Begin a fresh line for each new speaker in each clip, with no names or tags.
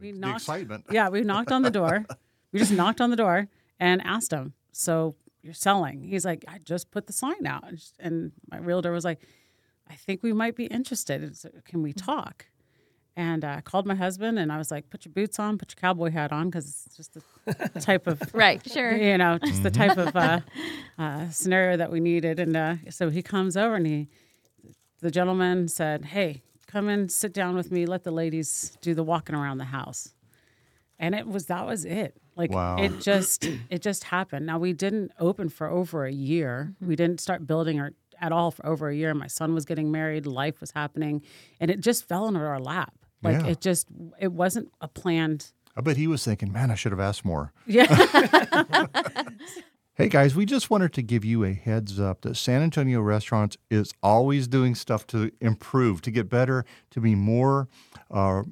We
the excitement.
Yeah, we knocked on the door. we just knocked on the door and asked him, "So you're selling?" He's like, "I just put the sign out," And sh- and my realtor was like, "I think we might be interested. Is- Can we talk?" And uh, I called my husband, and I was like, "Put your boots on, put your cowboy hat on, because it's just the type of
Right, sure.
you know, just the type of uh,
Mm-hmm.
uh, scenario that we needed. And uh, so he comes over and he, the gentleman said, Hey, come and sit down with me. Let the ladies do the walking around the house. And it was, that was it. Like
Wow.
it just, it just happened. Now we didn't open for over a year.
Mm-hmm.
We didn't start building or at all for over a year. My son was getting married, life was happening, and it just fell into our lap. Like
Yeah.
it just, it wasn't a planned.
I bet he was thinking, man, I should have asked more.
Yeah.
Hey guys, we just wanted to give you a heads up that San Antonio Restaurants is always doing stuff to improve, to get better, to be more uh,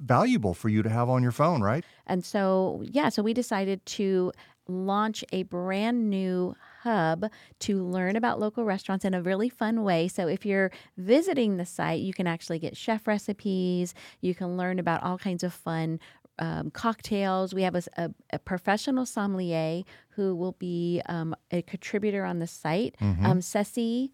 valuable for you to have on your phone, right?
And so, yeah, so we decided to launch a brand new hub to learn about local restaurants in a really fun way. So, if you're visiting the site, you can actually get chef recipes, you can learn about all kinds of fun. Um, cocktails. We have a, s- a- a professional sommelier who will be um, a contributor on the site,
Mm-hmm.
um, Ceci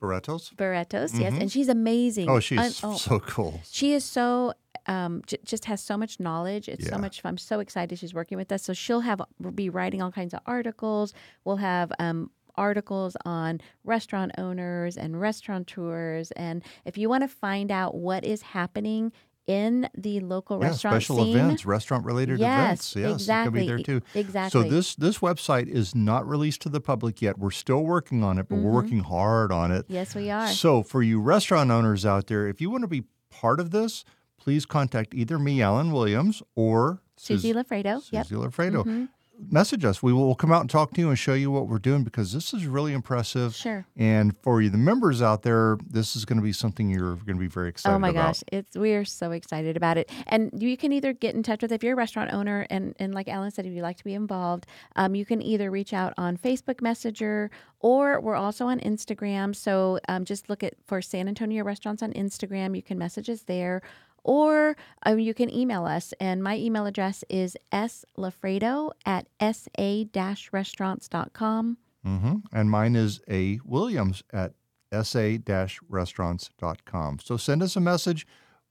Barretos?
Barretos. Yes, and she's amazing.
Mm-hmm. Oh, she's
Un- oh,
so cool.
she is so um, j- just has so much knowledge. It's
Yeah.
so much fun. I'm so excited she's working with us. So she'll have we'll be writing all kinds of articles. We'll have um, articles on restaurant owners and restaurateurs. And if you want to find out what is happening in the local
Yeah,
restaurant
special
scene,
events, restaurant related
Yes,
events. Yes,
exactly.
it can be there too.
E- exactly.
So this this website is not released to the public yet. We're still working on it, but
Mm-hmm.
we're working hard on it.
yes, we are.
So, for you restaurant owners out there, if you want to be part of this, please contact either me, Alan Williams, or
Susie
Sus-
Lafredo. Yep. Mm-hmm.
Susie Lafredo. Message us. We will we'll come out and talk to you and show you what we're doing because this is really impressive.
Sure.
And for you, the members out there, this is going to be something you're going to be very excited
Oh my
about.
gosh, it's we are so excited about it. And you can either get in touch with if you're a restaurant owner and and like Alan said, if you'd like to be involved, um, you can either reach out on Facebook Messenger or we're also on Instagram. So um, just look at for San Antonio restaurants on Instagram. You can message us there. Or um, you can email us. And my email address is slafredo at sa-restaurants.com.
hmm And mine is a Williams at sa-restaurants.com. So send us a message.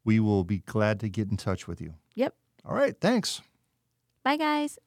We will be glad to get in touch with you.
Yep.
All right. Thanks.
Bye, guys.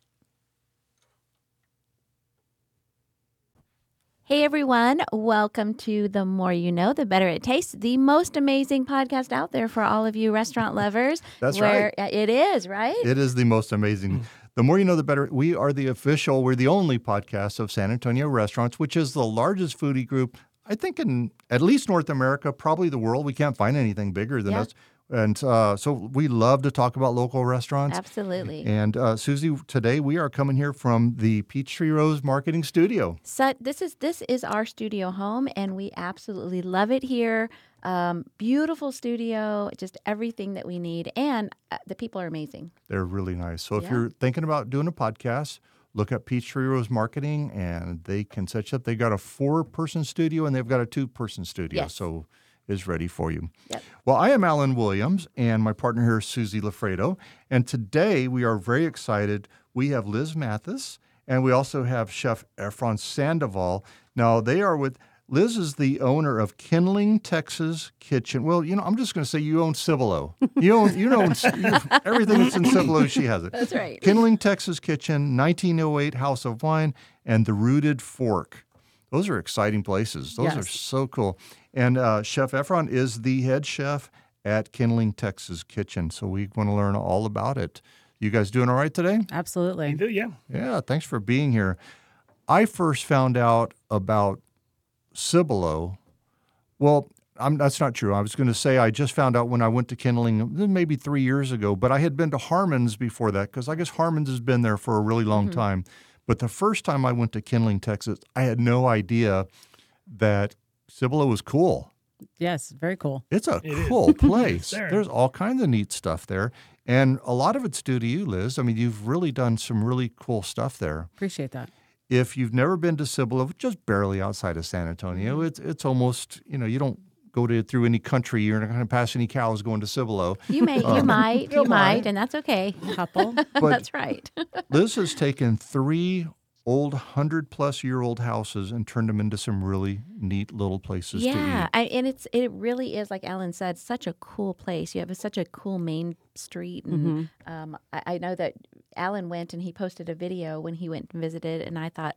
Hey, everyone. Welcome to The More You Know, The Better It Tastes, the most amazing podcast out there for all of you restaurant lovers.
That's
where right. It is, right?
It is the most
Mm.
amazing. The more you know, the better. We are the official, we're the only podcast of San Antonio Restaurants, which is the largest foodie group, I think, in at least North America, probably the world. We can't find anything bigger than
Yeah.
us. And uh, so we love to talk about local restaurants.
Absolutely.
And uh, Susie, today we are coming here from the Peachtree Rose Marketing Studio.
So this is this is our studio home, and we absolutely love it here. Um, beautiful studio, just everything that we need, and uh, the people are amazing.
They're really nice. So if
Yeah.
you're thinking about doing a podcast, look up Peachtree Rose Marketing and they can set you up. They've got a four person studio and they've got a two person studio.
Yes.
So is ready for you.
Yep.
Well, I am Alan Williams and my partner here is Susie Lafredo. And today we are very excited. We have Liz Mathis and we also have Chef Efron Sandoval. Now they are with Liz is the owner of Kindling Texas Kitchen. Well, you know, I'm just going to say you own Cibolo. You own, you own you, everything that's in Cibolo. She has it.
That's right.
Kindling Texas Kitchen, 1908 House of Wine, and the Rooted Fork. Those are exciting places. Those are
Yes.
so cool. And uh, Chef Efron is the head chef at Kindling Texas Kitchen, so we want to learn all about it. You guys doing all right today?
Absolutely.
do, yeah.
Yeah, thanks for being here. I first found out about Cibolo. Well, I'm, that's not true. I was going to say I just found out when I went to Kindling maybe three years ago, but I had been to Harmon's before that because I guess Harmon's has been there for a really long
Mm-hmm.
time. But the first time I went to Kindling, Texas, I had no idea that Cibola was cool.
Yes, very cool.
It's a
It is.
cool place.
there.
There's all kinds of neat stuff there. And a lot of it's due to you, Liz. I mean, you've really done some really cool stuff there.
Appreciate that.
If you've never been to Cibola, which is barely outside of San Antonio, it's it's almost, you know, you don't go to through any country, you're not going to pass any cows going to Cibolo.
You may, you might, you might, and that's okay.
Couple.
But-
that's right.
Liz has taken three old 100 plus year old houses and turned them into some really neat little places to
yeah,
eat.
I, and it's it really is like Alan said, such a cool place. You have a, such a cool main street, and
Mm-hmm.
um, I, I know that Alan went and he posted a video when he went and visited, and I thought,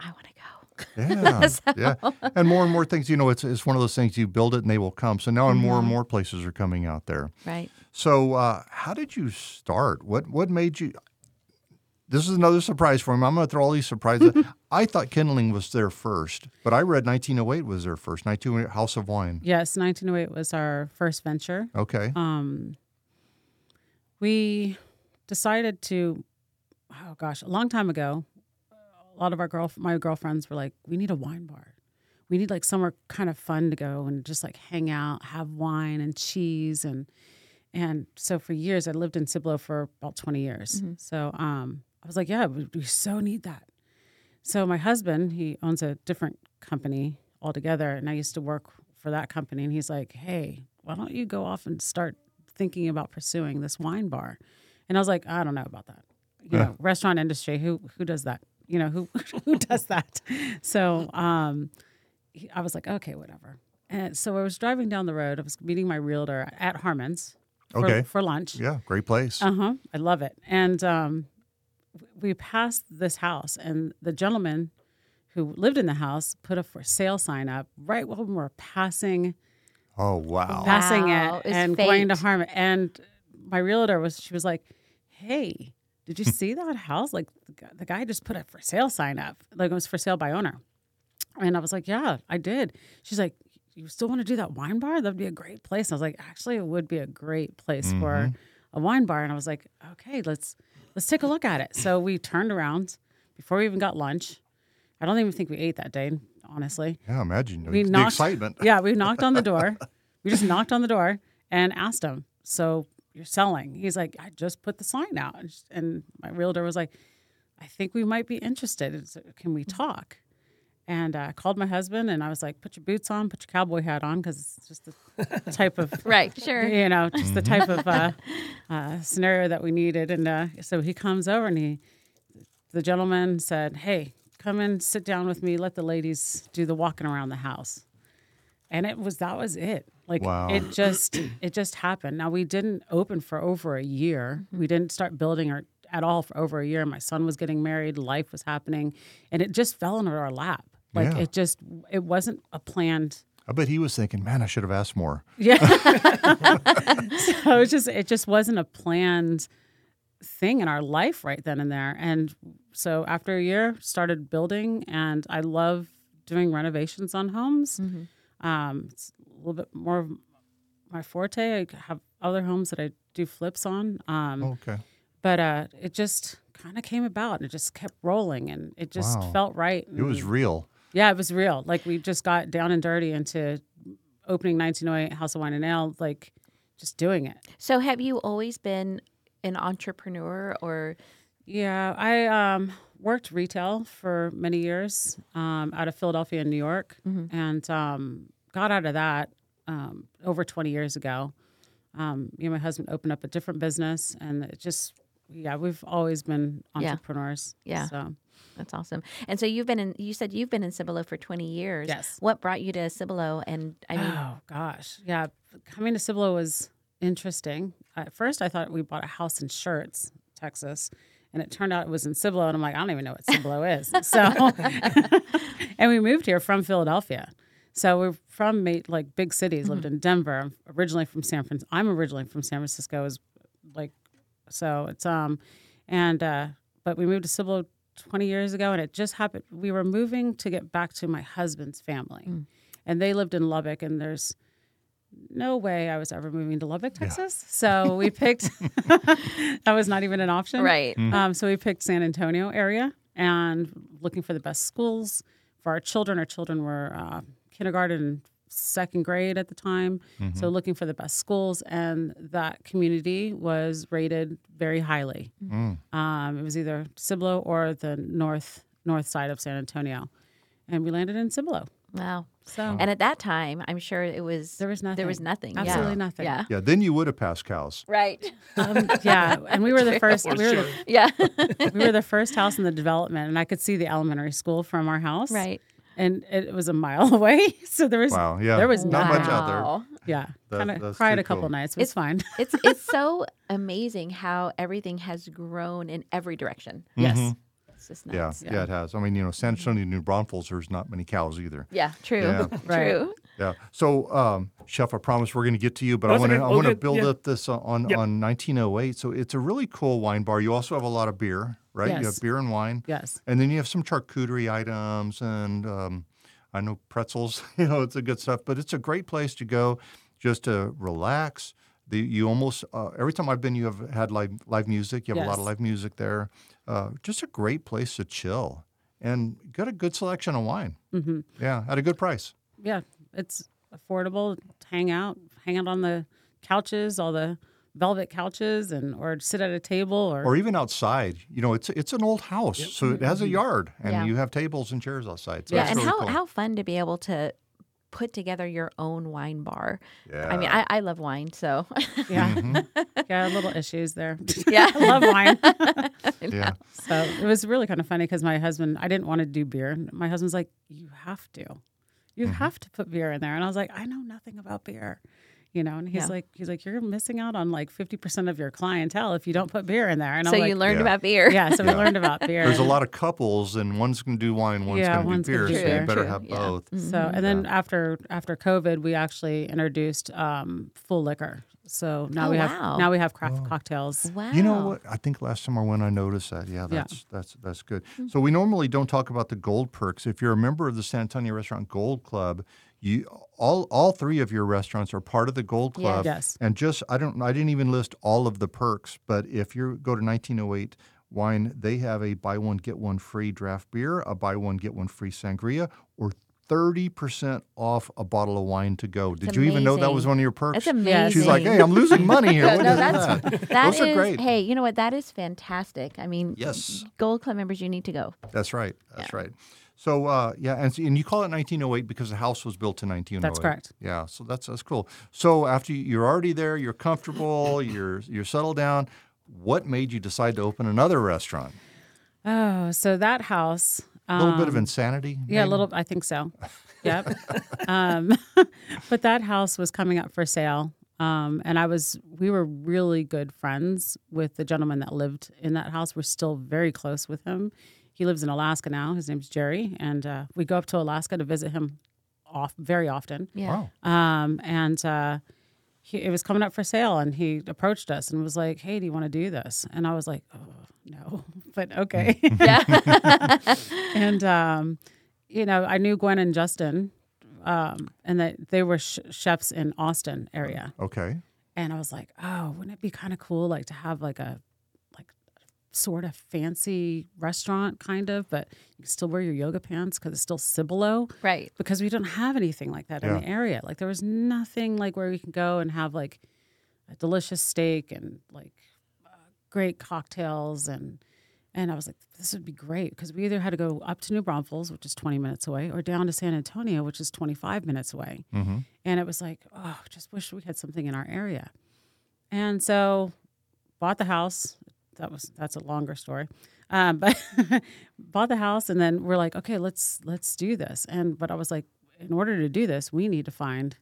I want to go.
Yeah. yeah. And more and more things, you know, it's, it's one of those things you build it and they will come. So now more and more places are coming out there.
Right.
So, uh, how did you start? What what made you? This is another surprise for him. I'm going to throw all these surprises. I thought kindling was there first, but I read 1908 was there first. 1908 House of Wine.
Yes, 1908 was our first venture.
Okay.
Um, we decided to, oh gosh, a long time ago, a lot of our girl, my girlfriends were like, we need a wine bar. We need like somewhere kind of fun to go and just like hang out, have wine and cheese and and so for years I lived in Cibolo for about 20 years. So um, I was like, yeah, we, we so need that. So my husband, he owns a different company altogether, and I used to work for that company. And he's like, "Hey, why don't you go off and start thinking about pursuing this wine bar?" And I was like, "I don't know about that. You know, restaurant industry. Who who does that? You know, who who does that?" So um, he- I was like, "Okay, whatever." And so I was driving down the road. I was meeting my realtor at Harmon's for,
Okay.
for lunch.
yeah, great place.
Uh huh. I love it. And um, w- we passed this house, and the gentleman who lived in the house put a for sale sign up right when we were passing
oh wow.
That-
passing
Wow,
it
it was
and going to
fate.
harm it. And my realtor was she was like, "Hey, did you see that house? Like the guy, the guy just put a for sale sign up. Like it was for sale by owner." And I was like, "Yeah, I did." She's like, "You still want to do that wine bar? That'd be a great place." And I was like, "Actually, it would be a great place for a wine bar." And I was like, "Okay, let's let's take a look at it." So we turned around before we even got lunch. I don't even think we ate that day, honestly
yeah, imagine the,
we
the
knocked,
excitement.
Yeah, we knocked on the door. we just knocked on the door and asked him. So you're selling? He's like, I just put the sign out, And just- and my realtor was like, I think we might be interested. Is- Can we talk? And uh, I called my husband, and I was like, "Put your boots on, put your cowboy hat on, because it's just the type of
Right. Sure.
you know, just the type of uh, uh, scenario that we needed. And uh, so he comes over and he, the gentleman said, "Hey, come and sit down with me. Let the ladies do the walking around the house." And it was that was it. Like
Wow.
it just it just happened. Now we didn't open for over a year. We didn't start building or at all for over a year. My son was getting married, life was happening, and it just fell into our lap. Like
Yeah.
it just it wasn't a planned
I bet he was thinking, man, I should have asked more.
so it was just it just wasn't a planned thing in our life right then and there and so after a year started building and i love doing renovations on homes um, it's a little bit more of my forte i have other homes that i do flips on um,
Okay.
but uh, it just kind of came about and it just kept rolling and it just
Wow.
felt right
It was real.
yeah, it was real. Like we just got down and dirty into opening 1908 House of Wine and Ale, like just doing it.
So, have you always been an entrepreneur, or
Yeah, I um, worked retail for many years um, out of Philadelphia and New York,
Mm-hmm.
and um, got out of that um, over 20 years ago. Um, me and my husband opened up a different business, and it just yeah, we've always been
Yeah.
entrepreneurs.
Yeah.
So
that's awesome. And so, you've been in. You said you've been in Cibolo for twenty years.
Yes.
What brought you to Cibolo? And I mean,
oh gosh, yeah, coming to Cibolo was interesting. At first, I thought we bought a house in Shirts, Texas, and it turned out it was in Cibolo, and I'm like, I don't even know what Cibolo is. So, and we moved here from Philadelphia. So we're from ma- like big cities. Lived in Denver. I'm originally from San Francisco. I'm originally from San Francisco. Is like so it's um and uh but we moved to Cibolo 20 years ago and it just happened we were moving to get back to my husband's family. And and they lived in Lubbock, and there's no way I was ever moving to Lubbock, Texas. So we picked. that was not even an option,
Right.
Um, so we picked San Antonio area and looking for the best schools for our children. Our children were uh, kindergarten and second grade at the time, so looking for the best schools, and that community was rated very highly.
Mm.
Um, it was either Cibolo or the north north side of San Antonio, and we landed in Cibolo.
Wow.
So
And at that time, I'm sure it was
Oh. There was
There was
nothing.
nothing.
Absolutely
yeah.
nothing.
Yeah.
Yeah, then you would have passed cows.
Right.
um, yeah, and we were the first. We were the,
Yeah.
we were the first house in the development, and I could see the elementary school from our house.
right.
and it was a mile away, so there was
Wow, yeah.
there was
Not much
nothing.
out there.
Wow.
yeah,
That-
kind of
that's
cried
too
a couple
cool.
nights. It was fine.
It's it's so amazing how everything has grown in every direction.
Yes,
It's just
Mm. Mm-hmm. Yeah,
nuts.
yeah, it has. I mean, you know, San Antonio, New Braunfels, there's not many cows either.
Yeah. True.
Yeah.
Right.
True.
Yeah. So, um, Chef, I promise we're going to get to you, but
Oh,
I
it's
want to
okay.
I
We'll
want to
get-
build
yeah.
up this on, on,
Yep.
on 1908. So it's a really cool wine bar. You also have a lot of beer, right? You
Yes.
have beer and wine,
yes,
and then you have some charcuterie items and um, I know pretzels. you know, it's a good stuff, but it's a great place to go just to relax. The, you almost uh, every time I've been, you have had live live music. You have a lot of
Yes.
live music there. Uh, just a great place to chill and got a good selection of wine.
hmm
Yeah, at a good price.
yeah. It's affordable. Hang out, hang out on the couches, all the velvet couches, and or sit at a table or,
or even outside. You know, it's it's an old house, so it has a yard, and
Mm-hmm. Yeah.
you have tables and chairs outside. So
yeah.
it's
And
really
how,
cool.
how fun to be able to put together your own wine bar.
yeah. Mm-hmm.
I mean, I, I love wine, so
yeah, yeah, little issues there.
Yeah.
I love wine.
yeah,
So it was really kind of funny because my husband, I didn't want to do beer. My husband's like, you have to, you
Mm-hmm.
have to put beer in there. And I was like, I know nothing about beer, you know. And he's
Yeah.
like, he's like, you're missing out on like fifty percent of your clientele if you don't put beer in there. And
so
I'm
you
like,
learned
Yeah.
about beer.
yeah. So we
Yeah.
learned about beer.
there's a lot of couples, and one's going to do wine, one's
Yeah,
going to
one's
do
gonna
beer,
do
so
beer.
you better
True,
have
yeah.
both.
So
Mm-hmm.
and then after after COVID, we actually introduced um, full liquor. So now
Oh,
we have
wow.
now we have craft cocktails.
Wow.
You know what? I think last summer when I noticed that, yeah, that's that's that's good.
Mm-hmm.
So we normally don't talk about the gold perks. If you're a member of the San Antonio Restaurant Gold Club, you all all three of your restaurants are part of the Gold
Yeah.
Club.
Yes.
And just I don't I didn't even list all of the perks, but if you go to 1908 wine, they have a buy one get one free draft beer, a buy one get one free sangria, or 30% off a bottle of wine to go. Did you even know that was
amazing.
one of your perks?
That's amazing.
She's like, hey, I'm losing money here.
Yeah,
What
no,
is
that's-
that?
That
Those are
is-
great.
Hey, you know what? That is fantastic. I mean,
Yes.
Gold Club members, you need to go.
That's right. That's right. So uh, yeah, and, and you call it 1908 because the house was built in 1908.
That's correct.
Yeah, so that's that's cool. So after you- you're already there, you're comfortable, you're you're settled down. What made you decide to open another restaurant?
Oh, so that house.
A little
Um,
bit of insanity.
Yeah, a
maybe?
little. I think so. Yep. um, but that house was coming up for sale, um, and I was. We were really good friends with the gentleman that lived in that house. We're still very close with him. He lives in Alaska now. His name's Jerry, and uh, we go up to Alaska to visit him off very often.
Yeah.
Wow.
Um, and uh, he, it was coming up for sale, and he approached us and was like, "Hey, do you want to do this?" And I was like, "Oh no," but okay. and um, you know, I knew Gwen and Justin, um, and that they were sh- chefs in Austin area,
Okay.
and I was like, "Oh, wouldn't it be kind of cool, like to have like a like sort of fancy restaurant, kind of, but you can still wear your yoga pants because it's still Cibolo."
Right.
because we don't have anything like that in the area. Like there was nothing like where we can go and have like a delicious steak and like uh, great cocktails and and I was like this would be great because we either had to go up to New Braunfels, which is 20 minutes away, or down to San Antonio, which is 25 minutes away.
Mm-hmm.
And it was like, oh, just wish we had something in our area. And so bought the house. That was that's a longer story. Um, but bought the house and then we're like, okay, let's let's do this. And but I was like, in order to do this, we need to find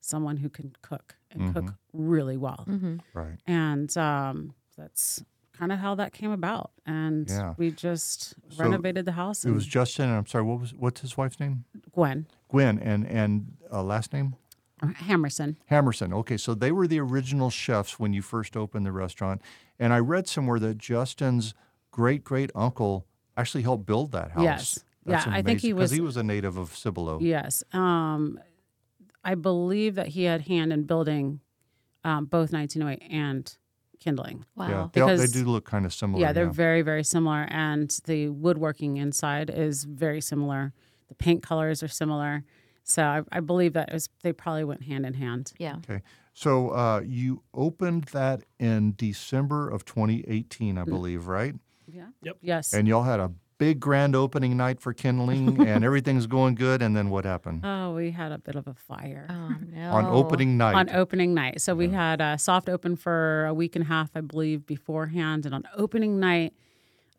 someone who can cook and cook really well.
Mm-hmm.
Right.
And um, that's kind of how that came about. And
Yeah.
we just
So
renovated the house
It
and
was Justin. And I'm sorry. What was what's his wife's name?
Gwen
Gwen and and uh, last name
Hammerson.
Hammerson. Okay, so they were the original chefs when you first opened the restaurant. And I read somewhere that Justin's great great uncle actually helped build that house.
Yes.
That's
Yeah, I
amazing.
think he
'cause
was-
he was a native of Cibolo.
Yes. Um, I believe that he had hand in building um, both 1908 and kindling.
Wow.
Yeah, they, all- they
Because-
do look kind of similar.
yeah, they're very, very similar. And the woodworking inside is very similar. The paint colors are similar. So I, I believe that is, they probably went hand in hand.
Yeah.
Okay. So uh, you opened that in December of 2018, I
Mm.
believe, right?
Yeah.
Yep.
Yes.
And y'all had a big grand opening night for kindling, and everything's going good. And then what happened
oh, we had a bit of a fire.
Oh no.
on opening night?
on opening night. So we had a soft open for a week and a half, I believe, beforehand. And on opening night,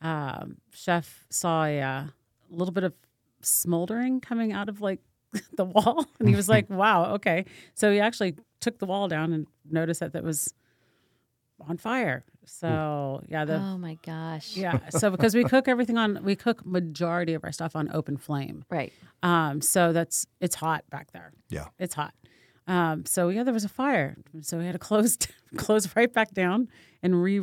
um, Chef saw a uh, little bit of smoldering coming out of like the wall, and he was like, "Wow, okay." So he actually took the wall down and noticed that that was on fire. So yeah, the
Oh my gosh.
yeah. So because we cook everything on, we cook majority of our stuff on open flame.
Right.
Um, so that's it's hot back there.
Yeah.
it's hot. Um, so yeah, there was a fire. So we had to close close right back down and re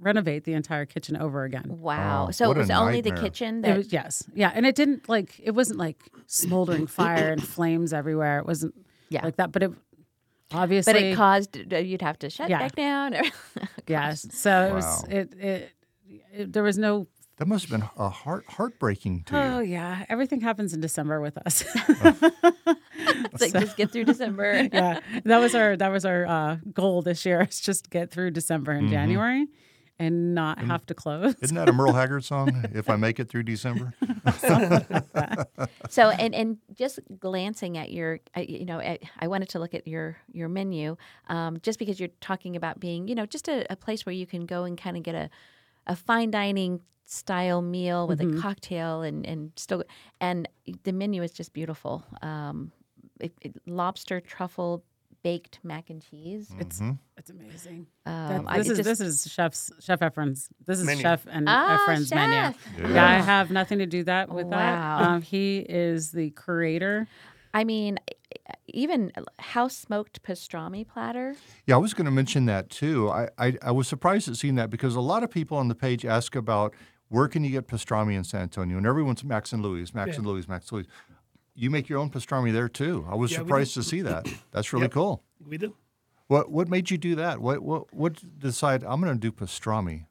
renovate the entire kitchen over again.
Wow.
Oh,
so
what a
it was only the
nightmare.
kitchen
It
that
was, yes, yeah, and it didn't like it wasn't like smoldering fire and flames everywhere. It wasn't
Yeah.
like that, but it obviously
but it caused uh, you'd have to shut
Yeah.
back down.
yes. So it was
Wow.
it, it it there was no
that must have been a heart heartbreaking to you.
oh yeah everything happens in December with us.
it's like just get through December.
yeah, that was our that was our uh, goal this year. Is just get through December and January, and not have to close.
Isn't that a Merle Haggard song? if I make it through December,
so and and just glancing at your I- you know I, I wanted to look at your your menu um, just because you're talking about being you know just a, a place where you can go and kind of get a a fine dining style meal with
Mm-hmm.
a cocktail and and still and the menu is just beautiful um, it, it- lobster truffle baked mac and cheese
It's it's amazing.
um,
That- this
it
is
just-
this is chef's chef Efren's. This is
Menu.
chef and
Ah,
Efren's menu.
chef.
Yeah. I have nothing to do that with that.
Wow.
Um, he is the creator.
I mean eh, even house smoked pastrami platter
Yeah, I was going to mention that too. I, I, I was surprised at seeing that because a lot of people on the page ask about where can you get pastrami in San Antonio, and everyone's Max and Louis, Max and Louis, Max and Louis. You make your own pastrami there too. I was
Yeah, we do.
surprised to see that. That's really
Yep.
cool.
We do.
What what made you do that? What what what decide I'm going to do pastrami?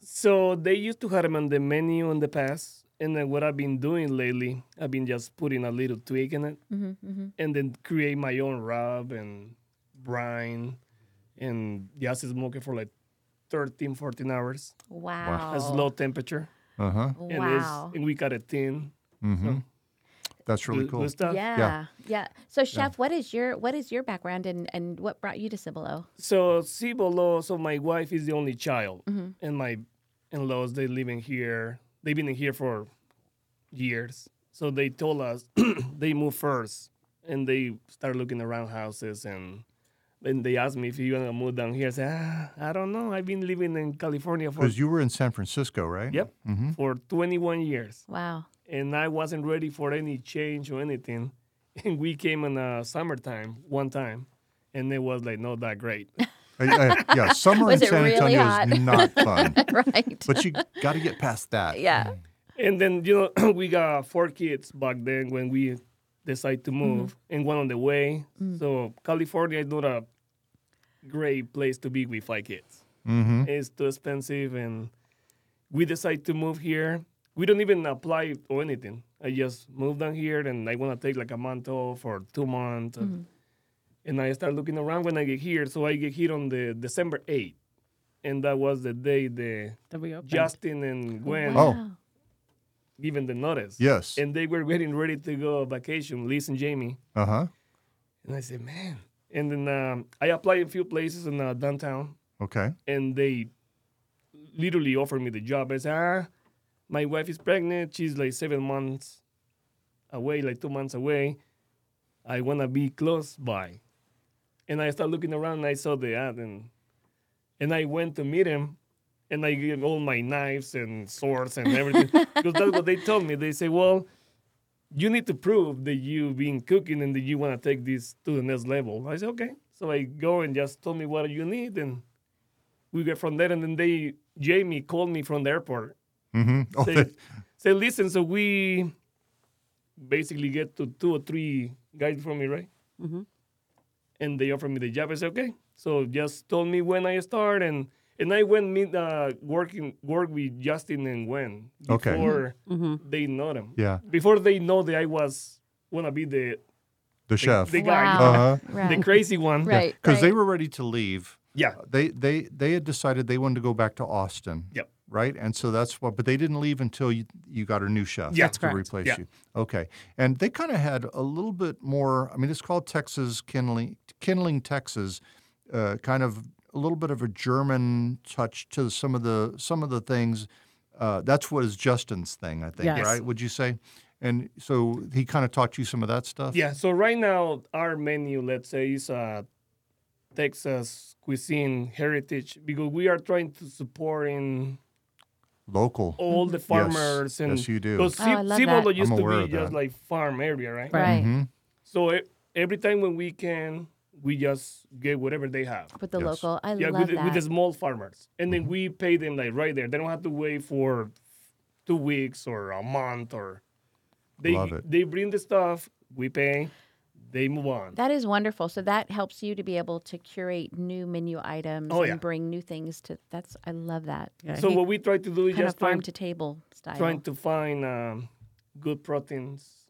So they used to have them on the menu in the past, and then what I've been doing lately, I've been just putting a little twig in it, and then create my own rub and brine, and just smoke it for like 13, 14 hours
wow
at low temperature,
Uh huh.
and,
Oh. wow
it's, and we got it thin.
mm-hmm. That's really
good-
cool.
good stuff.
Yeah, yeah. So, chef, what is your what is your background and and what brought you to Cibolo?
So Cibolo, so my wife is the only child, and my in-laws they live in here. They've been in here for years. So they told us they moved first, and they started looking around houses, and then they asked me if you wanna move down here. I said, ah, I don't know. I've been living in California for
Because you were in San Francisco, right? Mm-hmm.
yep for 21 years,
Wow.
and I wasn't ready for any change or anything. And we came in uh, summertime one time, and it was like not that great.
Uh, uh, yeah. Summer
Was
in
it
San
really
Antonio
hot?
is not fun,
right.
but you got to get past that.
yeah.
And then you know we got four kids back then when we decided to move, and one on the way. So California is not a great place to be with five kids.
Mm-hmm.
It's too expensive, and we decided to move here. We don't even apply or anything. I just moved down here, and I want to take like a month off or two months. And I start looking around when I get here. So I get here on the December 8th, and that was the day the
That we opened.
Justin and Gwen
Oh.
Wow.
given the notice.
Yes.
And they were getting ready to go vacation, Liz and Jamie.
Uh huh.
And I said, man. And then um, I applied a few places in uh, downtown,
Okay.
and they literally offered me the job. I said, ah, my wife is pregnant. She's like seven months away, like two months away. I want to be close by. And I started looking around, and I saw the ad, and, and I went to meet him. And I gave all my knives and swords and everything. because that's what they told me. They say, well, you need to prove that you've been cooking and that you want to take this to the next level. I said, okay. So I go and just tell me what you need, and we get from there. And then they, Jamie called me from the airport.
Mm-hmm. Oh,
Say, say listen, so we basically get to two or three guys from me, right?
Mm-hmm.
Mhm.
And they offered me the job. I said, okay. So just told me when I start, and and I went meet uh, working work with Justin and Gwen
Okay.
before
Mm-hmm.
they know them.
Yeah.
Before they know that I was wanna be the
The chef.
the guy,
Wow.
Uh-huh.
Right.
the crazy one.
Right.
Because they
right.
were ready to leave.
Yeah.
They they they had decided they wanted to go back to Austin.
Yep.
Right, and so that's what. But they didn't leave until you, you got a new chef
Yeah. That's
to
correct.
replace
Yeah.
you. Okay, and they kind of had a little bit more. I mean, it's called Texas Kindling, Kindling Texas, uh, kind of a little bit of a German touch to some of the some of the things. Uh, that's what is Justin's thing, I think.
Yes.
Right? Would you say? And so he kind of taught you some of that stuff.
Yeah. So right now our menu, let's say, is uh, Texas cuisine heritage because we are trying to support in
Local.
all the farmers and
yes, you do.
Because
Oh, I love
Cibolo
that.
used
I'm
to
aware
be
of
just
that.
like farm area, right?
Right.
Right.
Mhm.
So e- every time when we can, we just get whatever they have.
With the
Yes.
local. I
yeah,
love
with, the-
that.
with the small farmers, and
Mm-hmm.
then we pay them like right there. They don't have to wait for two weeks or a month or. They
Love it.
they bring the stuff, we pay, they move on.
That is wonderful. So that helps you to be able to curate new menu items
Oh,
and
yeah.
bring new things to. That's I love that
Yeah,
so
he-
what we try to do is
kind of
just trying
farm to table style.
trying to find um, good proteins,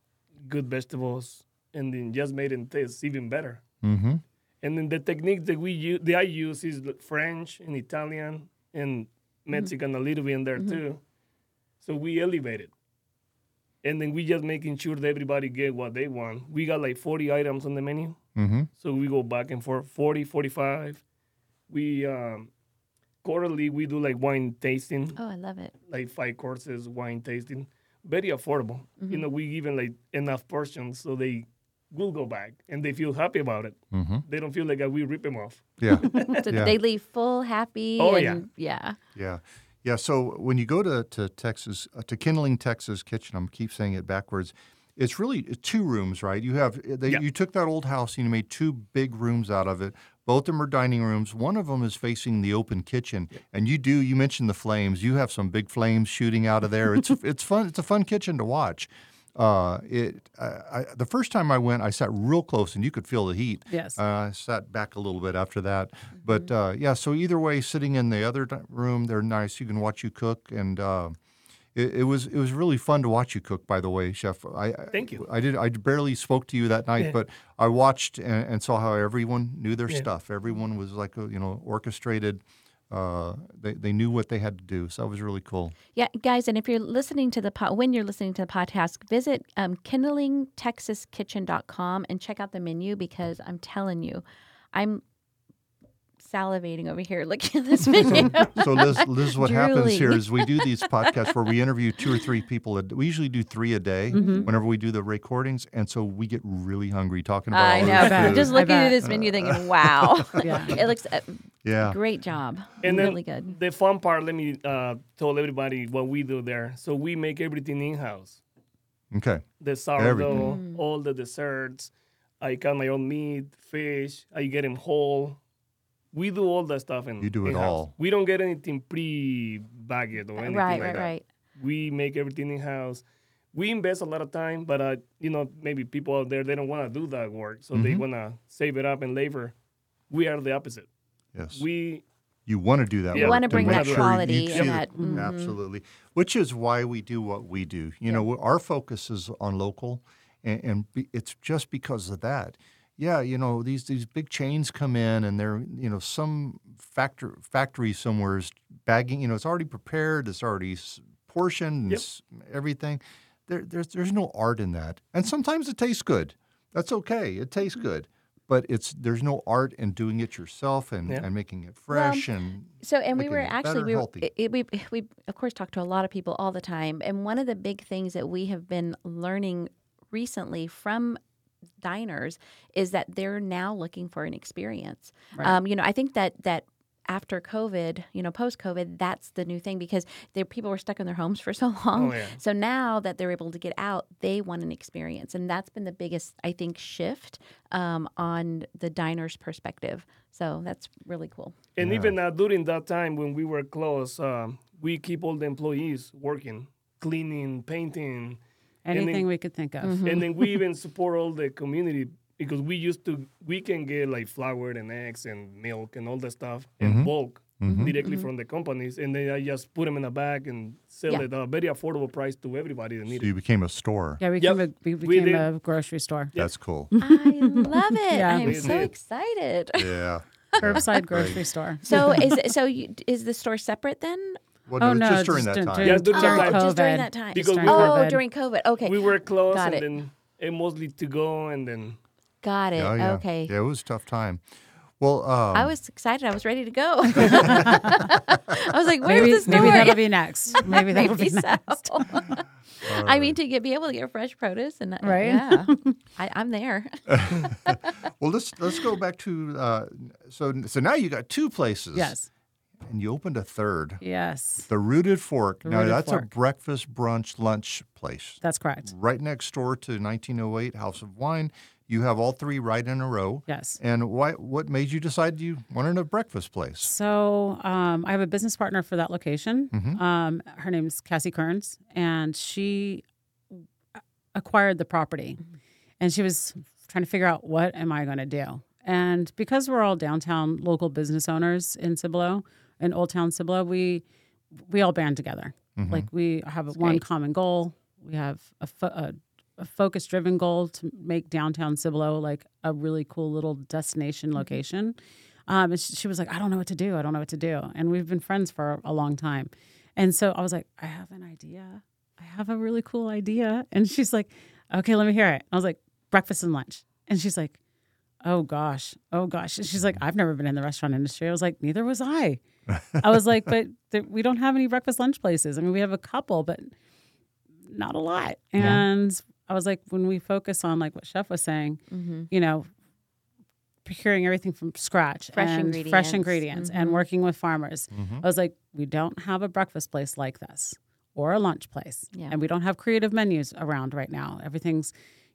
good vegetables, and then just made it taste even better.
Mm-hmm.
And then the technique that we use, that I use, is l- French and Italian and Mexican a little bit in there too. So we elevate it, and then we just making sure that everybody get what they want. We got like 40 items on the menu,
Mm-hmm.
so we go back and forth 40, 45. We um, quarterly we do like wine tasting
oh, I love it.
like five courses wine tasting very affordable you
Mm-hmm.
know we give them like enough portions so they will go back and they feel happy about it
Mm-hmm.
they don't feel like uh, we rip them off
Yeah.
So
Yeah.
they leave full, happy.
Oh, yeah.
and, yeah.
Yeah. Yeah. So when you go to, to Texas, uh, to Kindling Texas Kitchen, I'm keep saying it backwards. It's really uh, two rooms, right? You have uh, they,
Yeah.
you took that old house and you made two big rooms out of it. Both of them are dining rooms. One of them is facing the open kitchen, and you do. You mentioned the flames. You have some big flames shooting out of there. It's it's fun. It's a fun kitchen to watch. Uh, it I, I, the first time I went, I sat real close, and you could feel the heat.
Yes.
Uh, I sat back a little bit after that,
Mm-hmm.
but uh, yeah. So either way, sitting in the other di- room, they're nice. You can watch you cook, and uh, it, it was it was really fun to watch you cook. By the way, chef, I I-
Thank you.
I did I barely spoke to you that night, but I watched and, and saw how everyone knew their stuff. Everyone was like uh, you know orchestrated. Uh, they they knew what they had to do, so that was really cool.
Yeah, guys, and if you're listening to the pod, when you're listening to the podcast, visit um, kindlingtexaskitchen.com and check out the menu because I'm telling you, I'm salivating over here looking at this menu.
So Liz, Liz what happens
Drooling.
here is we do these podcasts where we interview two or three people. A, we usually do three a day
Mm-hmm.
whenever we do the recordings, and so we get really hungry talking about.
I
all
know.
this
bet.
I'm
food.
just
I
looking at
bet.
this menu thinking, wow.
Yeah.
it looks a
yeah.
great job.
and then
really good.
the fun part let me uh, tell everybody what we do there so we make everything in-house
Okay.
the sourdough
Mm-hmm.
all the desserts i cut my own meat fish i get them whole we do all that stuff in
You do it
in-house.
all.
we don't get anything pre-bagged or anything
Right,
like
right,
that.
right.
we make everything in house we invest a lot of time but uh, you know maybe people out there they don't want to do that work so they want to save it up and labor we are the opposite
Yes.
we
you want to do that.
Yeah.
work
Wanna
to
bring
make
that mm-hmm.
sure
quality
you
and
see
that-
that- Absolutely, which is why we do what we do. You know, our focus is on local, and, and be, it's just because of that. Yeah, you know these these big chains come in, and they're you know some factor factory somewhere is bagging. You know, it's already prepared, it's already s- portioned, and
Yep.
s- everything. There, there's there's no art in that, and sometimes it tastes good. That's okay. It tastes
Mm-hmm.
good, but it's there's no art in doing it yourself and,
Yeah.
and making it fresh and
So, and we
making
were
it
actually
better,
we, were,
healthy.
i- i- we we of course talk to a lot of people all the time, and one of the big things that we have been learning recently from diners is that they're now looking for an experience.
Right.
Um, you know, I think that that after COVID, you know, post COVID, that's the new thing because the people were stuck in their homes for so long.
Oh, yeah.
So now that they're able to get out, they want an experience, and that's been the biggest, I think, shift um, on the diner's perspective. So that's really cool.
and even uh, during that time when we were closed um, we keep all the employees working cleaning painting
Anything
then-
we could think of.
Mm-hmm.
Mm-hmm.
and then we even support all the community because we used to we can get like flour and eggs and milk and all that stuff
Mm-hmm.
in bulk directly from the companies and then i just put them in a bag and sell
Mm-hmm. Yeah.
it at a very affordable price to everybody that
So
needs
you
it
became a store.
Yeah, we
Yep.
became, a, we
We
became
did.
a grocery store,
That's cool.
I love it.
Yeah.
I'm
We
so
did.
excited.
yeah.
curbside grocery store.
So is it, so you, is the store separate then?
Well,
Oh
no,
no,
just during that time.
Yeah, during
oh,
that
just during
COVID.
that time.
Because
During
we were-
oh,
COVID.
during COVID. Okay,
we were closed
Got
and
it.
then it mostly to go and then
got it.
Yeah, Oh, yeah.
Okay,
Yeah, it was a tough time. Well, um,
I was excited. I was ready to go. I was like, "Where's
Maybe,
the store?"
maybe that'll be next. Maybe that'll be
Maybe so.
next.
I mean, to get be able to get fresh produce and uh,
Right?
yeah, I, I'm there.
well, let's let's go back to uh, so so now you got two places.
Yes,
and you opened a third.
yes,
The Rooted Fork. now
Rooted
that's a
Fork.
breakfast, brunch, lunch place,
that's correct.
right next door to 1908 House of Wine. You have all three right in a row.
Yes.
And why? What made you decide you wanted a breakfast place?
So um, I have a business partner for that location. Um, her name's Cassie Kearns, and she acquired the property, and she was trying to figure out what am I going to do. And because we're all downtown local business owners in Cibolo, in Old Town Cibolo, we we all band together. Like we have one
great.
common goal. We have a, fo- a, a focus driven goal to make downtown Cibolo like a really cool little destination location. Um, and she, she was like, I don't know what to do. I don't know what to do. And we've been friends for a long time. And so I was like, I have an idea. I have a really cool idea. And she's like, okay, let me hear it. I was like, breakfast and lunch. And she's like, oh gosh, oh gosh. And she's like, I've never been in the restaurant industry. I was like, neither was I. I was like, but th- we don't have any breakfast lunch places. I mean, we have a couple, but not a lot. And I was like, when we focus on like what Chef was saying,
Mhm.
you know, procuring everything from scratch,
Fresh
and
ingredients. Mm-hmm.
fresh ingredients, and working with farmers.
Mm-hmm.
I was like, we don't have a breakfast place like this or a lunch place,
Yeah.
and we don't have creative menus around right now. Everything's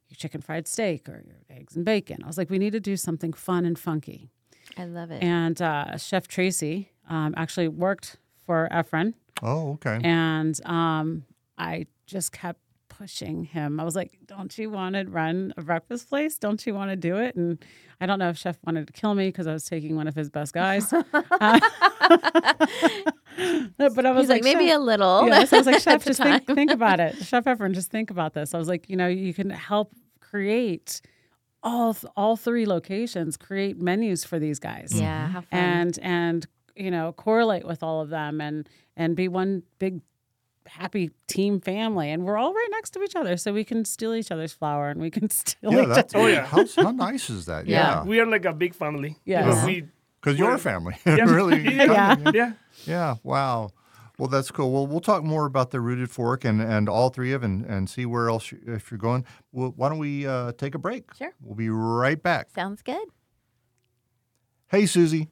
your chicken fried steak or your eggs and bacon. I was like, we need to do something fun and funky.
I love it.
And uh, Chef Tracy um, actually worked for Efren,
Oh, okay.
and um, I just kept pushing him. I was like, "Don't you want to run a breakfast place? Don't you want to do it?" And I don't know if Chef wanted to kill me because I was taking one of his best guys. Uh, but I was
He's like, maybe
"Chef-"
a little.
Yes, I was like,
at
Chef,
the
just
time.
think, think about it. Chef Efren, just think about this. I was like, you know, you can help create all th- all three locations, create menus for these guys
Yeah, how fun.
Um,
and and you know correlate with all of them and and be one big happy team family and we're all right next to each other so we can steal each other's flour and we can steal
yeah,
each
that's
other.
Oh, yeah.
How, how nice is that?
Yeah.
Yeah.
we are like a big family
Yes.
because
Uh-huh.
we
Because your family,
Yeah.
really.
Yeah.
yeah
Yeah, wow. Well, that's cool. Well, we'll talk more about the rooted fork and, and all three of them and, and see where else you, if you're going. Well, why don't we uh, take a break?
Sure.
We'll be right back.
Sounds good.
Hey, Susie,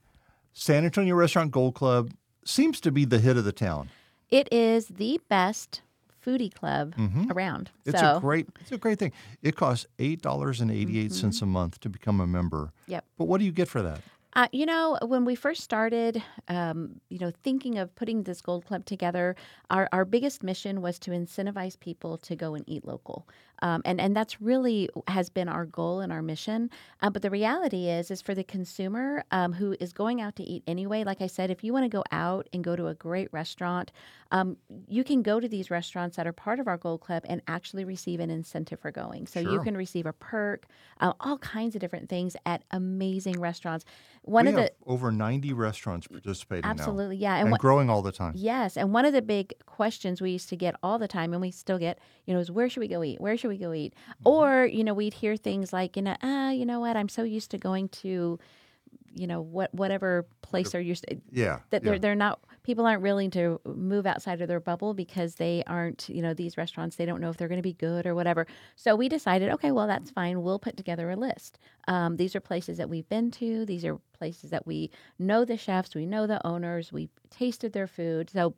San Antonio Restaurant Gold Club seems to be the hit of the town.
It is the best foodie club around.
Mm-hmm. It's
so
a great, it's a great thing. It costs eight dollars and cents
Mm-hmm.
a month to become a member.
Yep.
But what do you get for that?
Uh, you know, when we first started, um, you know, thinking of putting this Gold Club together, our, our biggest mission was to incentivize people to go and eat local, um, and and that's really has been our goal and our mission. Uh, but the reality is, is for the consumer um, who is going out to eat anyway. Like I said, if you want to go out and go to a great restaurant, um, you can go to these restaurants that are part of our Gold Club and actually receive an incentive for going. So you
Sure.
can receive a perk, uh, all kinds of different things at amazing restaurants. One
we
of
have
the
over ninety restaurants participating now,
Absolutely, yeah, and,
and,
what,
growing all the time.
yes, and one of the big questions we used to get all the time, and we still get, you know, is where should we go eat? Where should we go eat? Or you know, we'd hear things like, you know, ah, you know what? I'm so used to going to, you know, what whatever place they're used to
Yeah,
that
yeah.
they're they're not people aren't willing to move outside of their bubble because they aren't you know these restaurants they don't know if they're going to be good or whatever so we decided okay well that's fine we'll put together a list um, these are places that we've been to these are places that we know the chefs we know the owners we've tasted their food so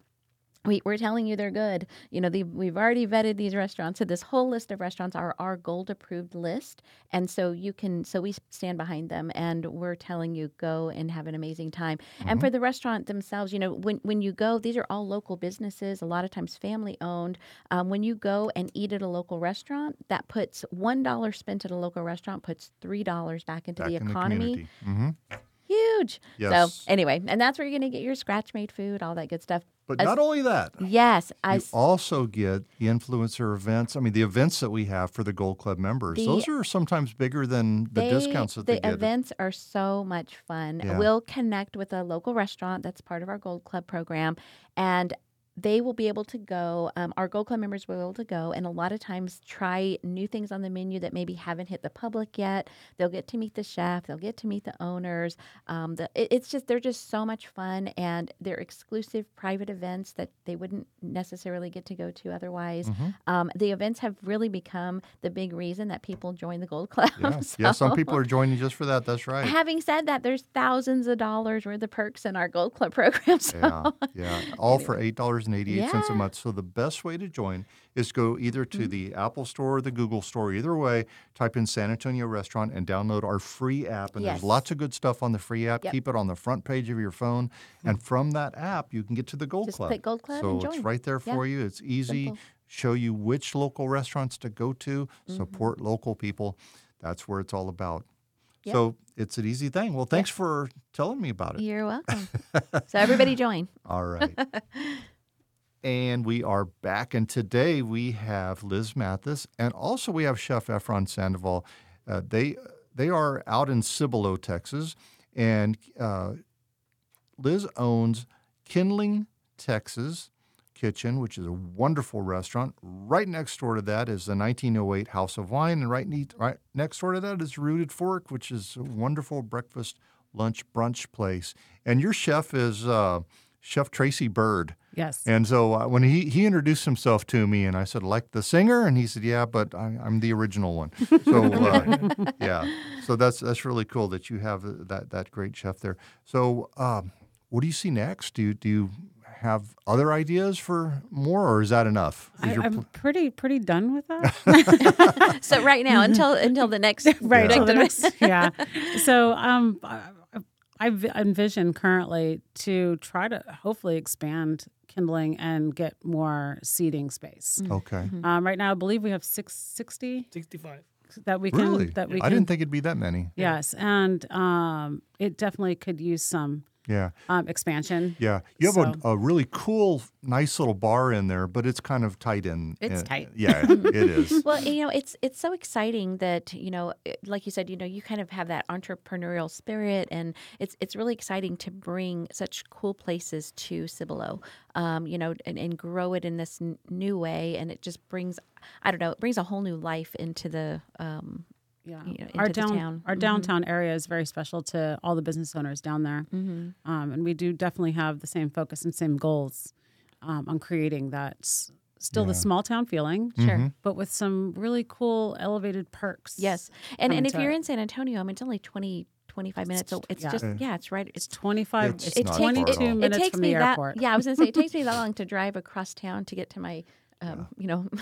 we, we're telling you they're good. You know, the, we've already vetted these restaurants. So this whole list of restaurants are our gold approved list. And so you can, so we stand behind them and we're telling you go and have an amazing time.
Mm-hmm.
And for the restaurant themselves, you know, when, when you go, these are all local businesses, a lot of times family owned. Um, when you go and eat at a local restaurant, that puts $1 spent at a local restaurant puts $3 back into
back
the
in the
economy
community. hmm
huge.
Yes.
So anyway, and that's where you're going to get your scratch made food, all that good stuff.
But
As-
not only that,
yes, I
you also get the influencer events. I mean, the events that we have for the Gold Club members.
The-
Those are sometimes bigger than the
they-
discounts that
the
they get.
events are so much fun.
Yeah.
We'll connect with a local restaurant that's part of our Gold Club program, and they will be able to go. Um, our Gold Club members will be able to go, and a lot of times try new things on the menu that maybe haven't hit the public yet. They'll get to meet the chef. They'll get to meet the owners. Um, the, it- it's just they're just so much fun, and they're exclusive private events that they wouldn't necessarily get to go to otherwise.
Mm-hmm.
Um, the events have really become the big reason that people join the Gold Club.
yeah. yeah, some
So-
people are joining just for that. That's right.
Having said that, there's thousands of dollars worth of perks in our Gold Club program. So
Yeah, yeah. All for eight dollars and eighty-eight cents a
Yeah. Mm.
month. So the best way to join is go either to the Apple Store or the Google Store. Either way, type in San Antonio Restaurant and download our free app. And
Yes.
there's lots of good stuff on the free app.
Yep. Hmm.
Keep it on the front page of your phone, and from that app, you can get to the Gold
Just
Club.
click Gold Club
So
and
it's
join.
right there
Yeah.
for you. It's easy.
Simple. Mm-hmm.
Show you which local restaurants to go to. Support local people. That's where it's all about.
Yep.
So it's an easy thing. Well, thanks for telling me about it.
You're welcome. so everybody join.
All right. and we are back. And today we have Liz Mathis and also we have Chef Efron Sandoval. Uh, they they are out in Cibolo, Texas. And uh, Liz owns Kindling Texas Kitchen, which is a wonderful restaurant. Right next door to that is the 1908 House of Wine, and right, ne- right next door to that is Rooted Fork, which is a wonderful breakfast, lunch, brunch place. And your chef is uh, Chef Tracy Bird.
Yes.
And so uh, when he, he introduced himself to me, and I said, like the singer? And he said, yeah, but I, I'm the original one. So, uh, yeah. So that's that's really cool that you have uh, that, that great chef there. So, um, what do you see next? Do you, do you have other ideas for more, or is that enough? Is
I,
your
I'm
pl-
pretty pretty done with that.
So right now, until until the next
right
Yeah.
till the next yeah so um I, I v- envision currently to try to hopefully expand kindling and get more seating space
okay.
um, right now i believe we have 660
65.
that we can
Really?
that we
I
can
didn't think it'd be that many.
yes and um, it definitely could use some
Yeah.
um, expansion
Yeah. You have
So-
a, a really cool, nice little bar in there, but it's kind of tight in.
It's
uh,
tight.
Yeah, it is.
Well, you know, it's it's so exciting that you know, it- like you said, you know, you kind of have that entrepreneurial spirit, and it's it's really exciting to bring such cool places to Cibolo, um, you know, and, and grow it in this n- new way, and it just brings, I don't know, it brings a whole new life into the, um,
yeah
you know,
our
into the
down
town. Mm-hmm.
our downtown area is very special to all the business owners down there
Mm-hmm.
um, and we do definitely have the same focus and same goals um, on creating that s- still
Yeah. Mm.
the small town feeling
Sure.
Mm-hmm.
but with some really cool elevated perks
Yes. And
Coming
and if
to
you're
it.
in San Antonio, I mean, it's only 20, 25 minutes. So it's
yeah.
just, yeah, it's right.
it's
It's
25
Mm. It's-
it's,
It's not far at
22
all. It
minutes from the airport
that. Yeah, I was gonna say it takes me that long to drive across town to get to my, um, you know.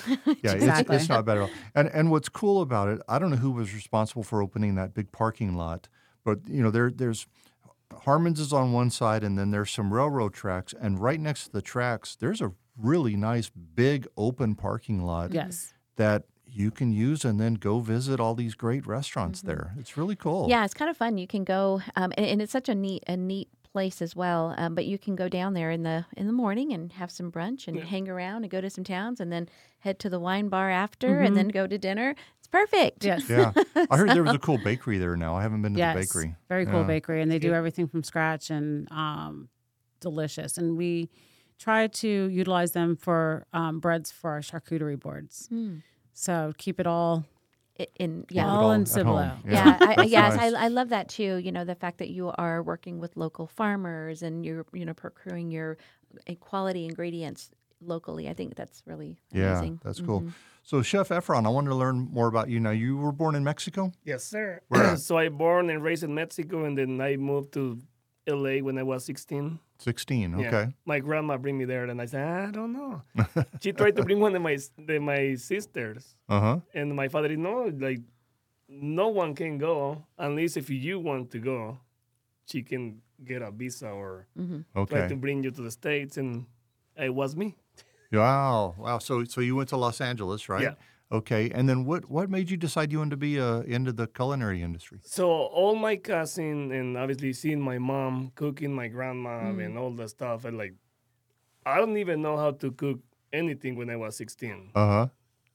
Yeah,
to-
Exactly.
it's, it's not bad at all. And and what's cool about it, I don't know who was responsible for opening that big parking lot, but you know there there's Harmon's is on one side, and then there's some railroad tracks, and right next to the tracks, there's a really nice big open parking lot
yes
that you can use, and then go visit all these great restaurants there. It's really cool.
Yeah, it's kind of fun. You can go, um, and, and it's such a neat a neat place as well. Um, but you can go down there in the in the morning and have some brunch and hang around and go to some towns and then head to the wine bar after
Mm-hmm.
and then go to dinner. It's perfect.
yes
Yeah, I heard there was a cool bakery there. Now I haven't been to
yes
the bakery.
very cool
Yeah.
bakery and they do everything from scratch and um, delicious and we try to utilize them for um, breads for our charcuterie boards
Mm.
so keep it all
I- In
Keep it
yeah.
All in
at home.
Cibolo.
Yeah, I, I,
that's
yes,
nice.
I, I love that too. You know, the fact that you are working with local farmers and you're you know procuring your uh, quality ingredients locally. I think that's really
yeah,
amazing. Mm, Mm-hmm.
that's cool. So Chef Efron, I wanted to learn more about you. Now you were born in Mexico.
Yes, sir.
Where at?
so I born and raised in Mexico, and then I moved to LA when I was 16.
16.
Yeah.
Okay.
My grandma bring me there, and I said, I don't know. she tried to bring one of my s- the, my sisters,
Uh huh.
and my father, no, like no one can go unless if you want to go, she can get a visa or try to
Okay.
bring you to the states, and it was me.
Wow. Wow. So so you went to Los Angeles, right?
Yeah.
Okay. And then what what made you decide you wanted to be uh, into the culinary industry?
So all my cousin and obviously seeing my mom cooking my grandma
Mm.
and all the stuff, and like I don't even know how to cook anything when I was sixteen.
Uh huh.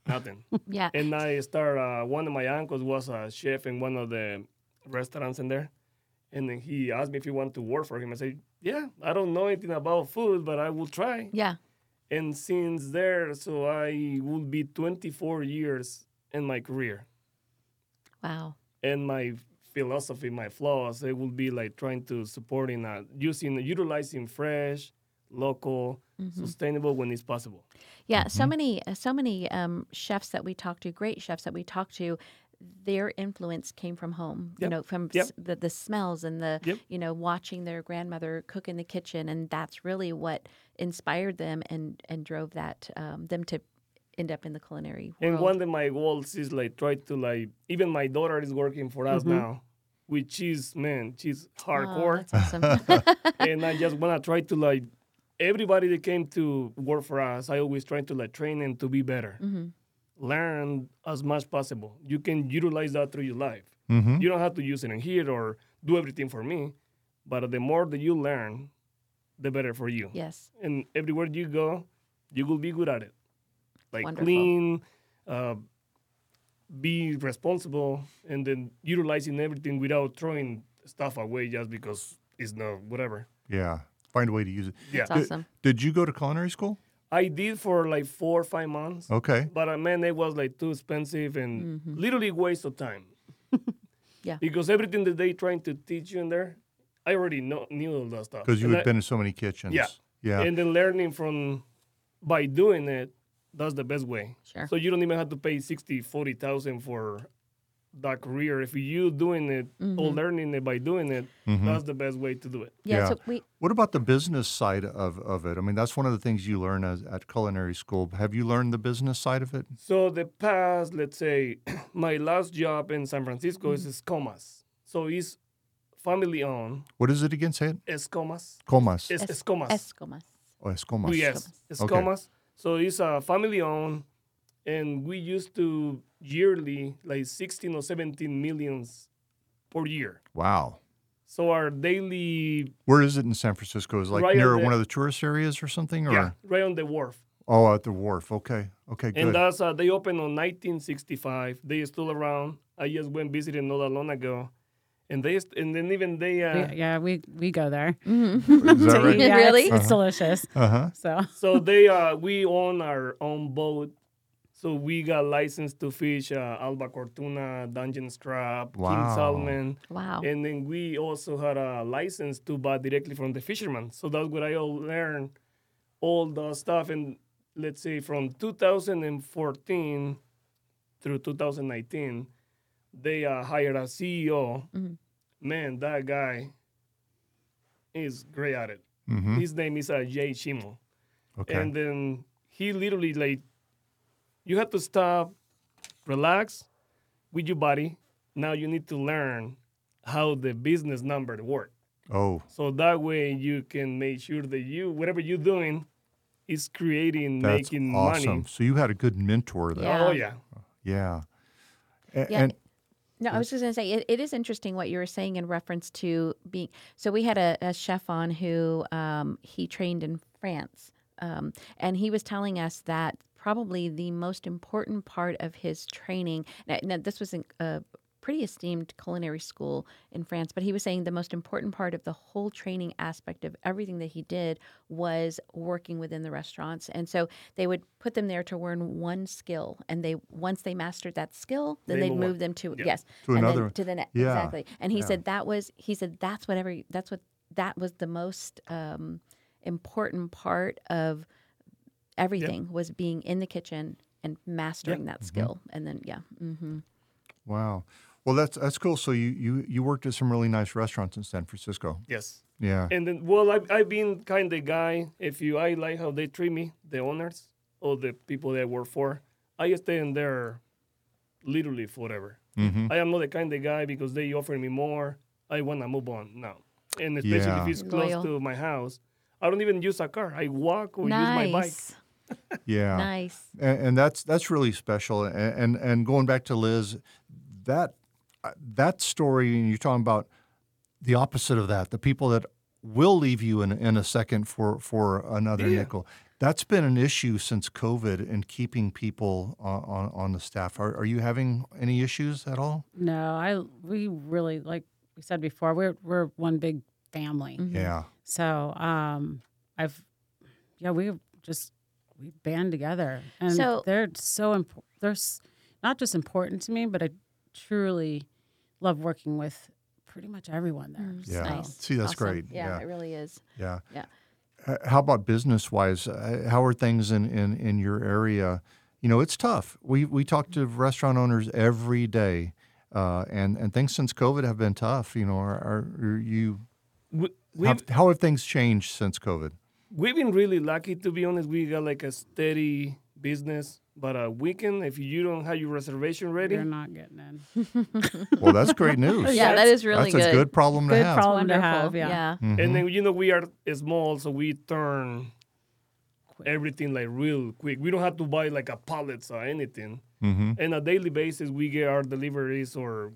Nothing.
Yeah.
and I started. Uh, one of my uncles was a chef in one of the restaurants in there, and then he asked me if you want to work for him. I said, "Yeah, I don't know anything about food, but I will try."
Yeah.
And since there, so I will be 24 years in my career,
Wow.
and my philosophy, my flaws, it will be like trying to supporting, uh, using, utilizing fresh, local, sustainable when it's possible.
Yeah, so
Mm-hmm.
many, uh, so many um, chefs that we talk to, great chefs that we talk to, their influence came from home. You
Yep.
know, from
Yep.
s- the the smells and the
Yep.
you know watching their grandmother cook in the kitchen, and that's really what inspired them and and drove that um, them to end up in the culinary world.
And one of my goals is like try to like even my daughter is working for us now, which is man, she's
Aw,
hardcore.
that's awesome.
and I just wanna try to like everybody that came to work for us, I always try to like train them to be better. Learn as much possible. You can utilize that through your life.
Mm-hmm.
You don't have to use it in here or do everything for me. But the more that you learn, the better for you
yes.
and everywhere you go, you will be good at it. Like
Wonderful.
clean, uh, be responsible, and then utilizing everything without throwing stuff away just because it's not whatever.
Yeah. Find a way to use it.
Yeah,
That's awesome.
Did you go to culinary school?
I did for like four or five months,
Okay.
but I mean it was like too expensive and literally waste of time.
Mm-hmm. Yeah.
because everything that they trying to teach you in there, I already know, knew all that stuff.
Because you
And
had
I-
been in so many kitchens.
Yeah.
Yeah.
and then learning from by doing it that's the best way
Sure.
so you don't even have to pay 60 40000 for that career if you doing it or learning it by doing it that's the best way to do it
Yeah.
Yeah.
So we
What about the business side of, of it? I mean, that's one of the things you learn as, at culinary school. Have you learned the business side of it?
so the past let's say my last job in san francisco is escomas so it's family owned
What is it again? Say it.
escomas
Comas.
es-
Es-
escomas
Escomas.
oh, es comas.
Oh, yes,
Okay.
Escomas. So it's a family owned, and we used to yearly like 16 or 17 millions per year.
Wow.
So our daily,
Where is it in San Francisco? Is it like
Right
near
at the-
one of the tourist areas or something? Or
yeah, right on the wharf.
oh, at the wharf. Okay. Okay. Good.
And that's uh, they opened on 1965. They still around. I just went visiting not that long ago, and they st- and then even they uh,
Yeah, yeah, we we go there.
Mm-hmm.
is that right?
Yeah.
Yeah,
Really?
It's, it's delicious.
Uh huh.
So
so they uh we own our own boat so we got license to fish uh, albacore tuna dungeon crab
Wow.
king salmon
Wow.
and then we also had a license to buy directly from the fishermen so that's what i all learned all the stuff and let's say from 2014 through 2019 they uh, hired a ceo man that guy is great at it
Mm-hmm.
his name is uh, jay shimo
Okay.
and then he literally like you have to stop relax with your body now you need to learn how the business number work
oh,
so that way you can make sure that you whatever you're doing is creating
that's
making
awesome.
money
So you had a good mentor there.
Yeah.
oh yeah
Yeah. A-
Yeah.
And
No, I was just going to say it, it is interesting what you were saying in reference to being. So we had a, a chef on who um, he trained in France, um, and he was telling us that probably the most important part of his training. Now, now this was in a pretty esteemed culinary school in France, but he was saying the most important part of the whole training aspect of everything that he did was working within the restaurants, and so they would put them there to learn one skill, and they once they mastered that skill, then
They
they'd
move on.
move them to yes
To
and then
another-
to the next
yeah,
exactly and he said that was he said that's whatever that's what that was the most um, important part of everything was being in the kitchen and mastering
Mm-hmm.
that skill and then yeah hmm
wow. Well, that's that's cool. So you you you worked at some really nice restaurants in San Francisco.
yes
Yeah.
And then, well, I've, I've been kind of guy. If you, I like how they treat me, the owners or the people that I work for. I stay in there literally forever.
Mm-hmm.
I am not the kind of guy because they offer me more. I want to move on now. And especially
Yeah.
if it's close
Loyal.
to my house, I don't even use a car. I walk or use my bike.
Nice.
Yeah.
Nice.
and, and that's that's really special. And, and and going back to Liz, that uh, that story, and you're talking about the opposite of that, the people that will leave you in in a second for for another
Yeah.
nickel. That's been an issue since COVID and keeping people on on, on the staff. Are, are you having any issues at all?
No, I we really like we said before, we're we're one big family.
Mhm.
Yeah.
So um I've yeah, we just we band together. And
So-
they're so important they're s- not just important to me, but I truly love working with pretty much everyone there.
Mm,
Yeah.
So-
Nice.
See, that's
Awesome.
great.
Yeah,
Yeah.
it really is.
Yeah.
Yeah.
H- Uh, How about business wise? Uh, how are things in, in, in your area? You know, it's tough. We we talk to restaurant owners every day, uh, and and things since COVID have been tough. You know, are, are, are you
We- We've,
have, how have things changed since COVID?
we've been really lucky, to be honest. We got like a steady business, but a weekend, if you don't have your reservation ready,
You're not getting in.
Well, that's great news.
Yeah, that
that's-
is really
that's
good.
a good problem to
Good
have.
problem.
Wonderful.
to have, yeah.
Mm-hmm,
and then, you know, we are small, so we turn everything like real quick. We don't have to buy like a pallets or anything.
Mm-hmm.
and a daily basis we get our deliveries or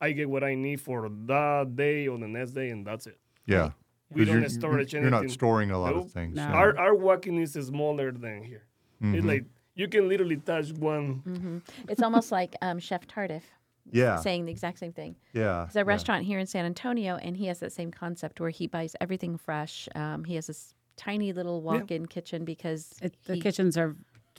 I get what I need for that day or the next day and that's it.
Yeah,
We
'Cause
don't
you're,
store
you're,
it
you're not
anything.
storing a lot of
Nope.
things.
No.
yeah.
Our our walking is smaller than here.
Mhm.
It's like you can literally touch one
hmm It's almost like um, Chef Tardif
yeah,
saying the exact same thing.
yeah,
There's a
yeah.
restaurant here in San Antonio, and he has that same concept where he buys everything fresh. Um, he has this tiny little walk-in kitchen because
It, the
he-
kitchens are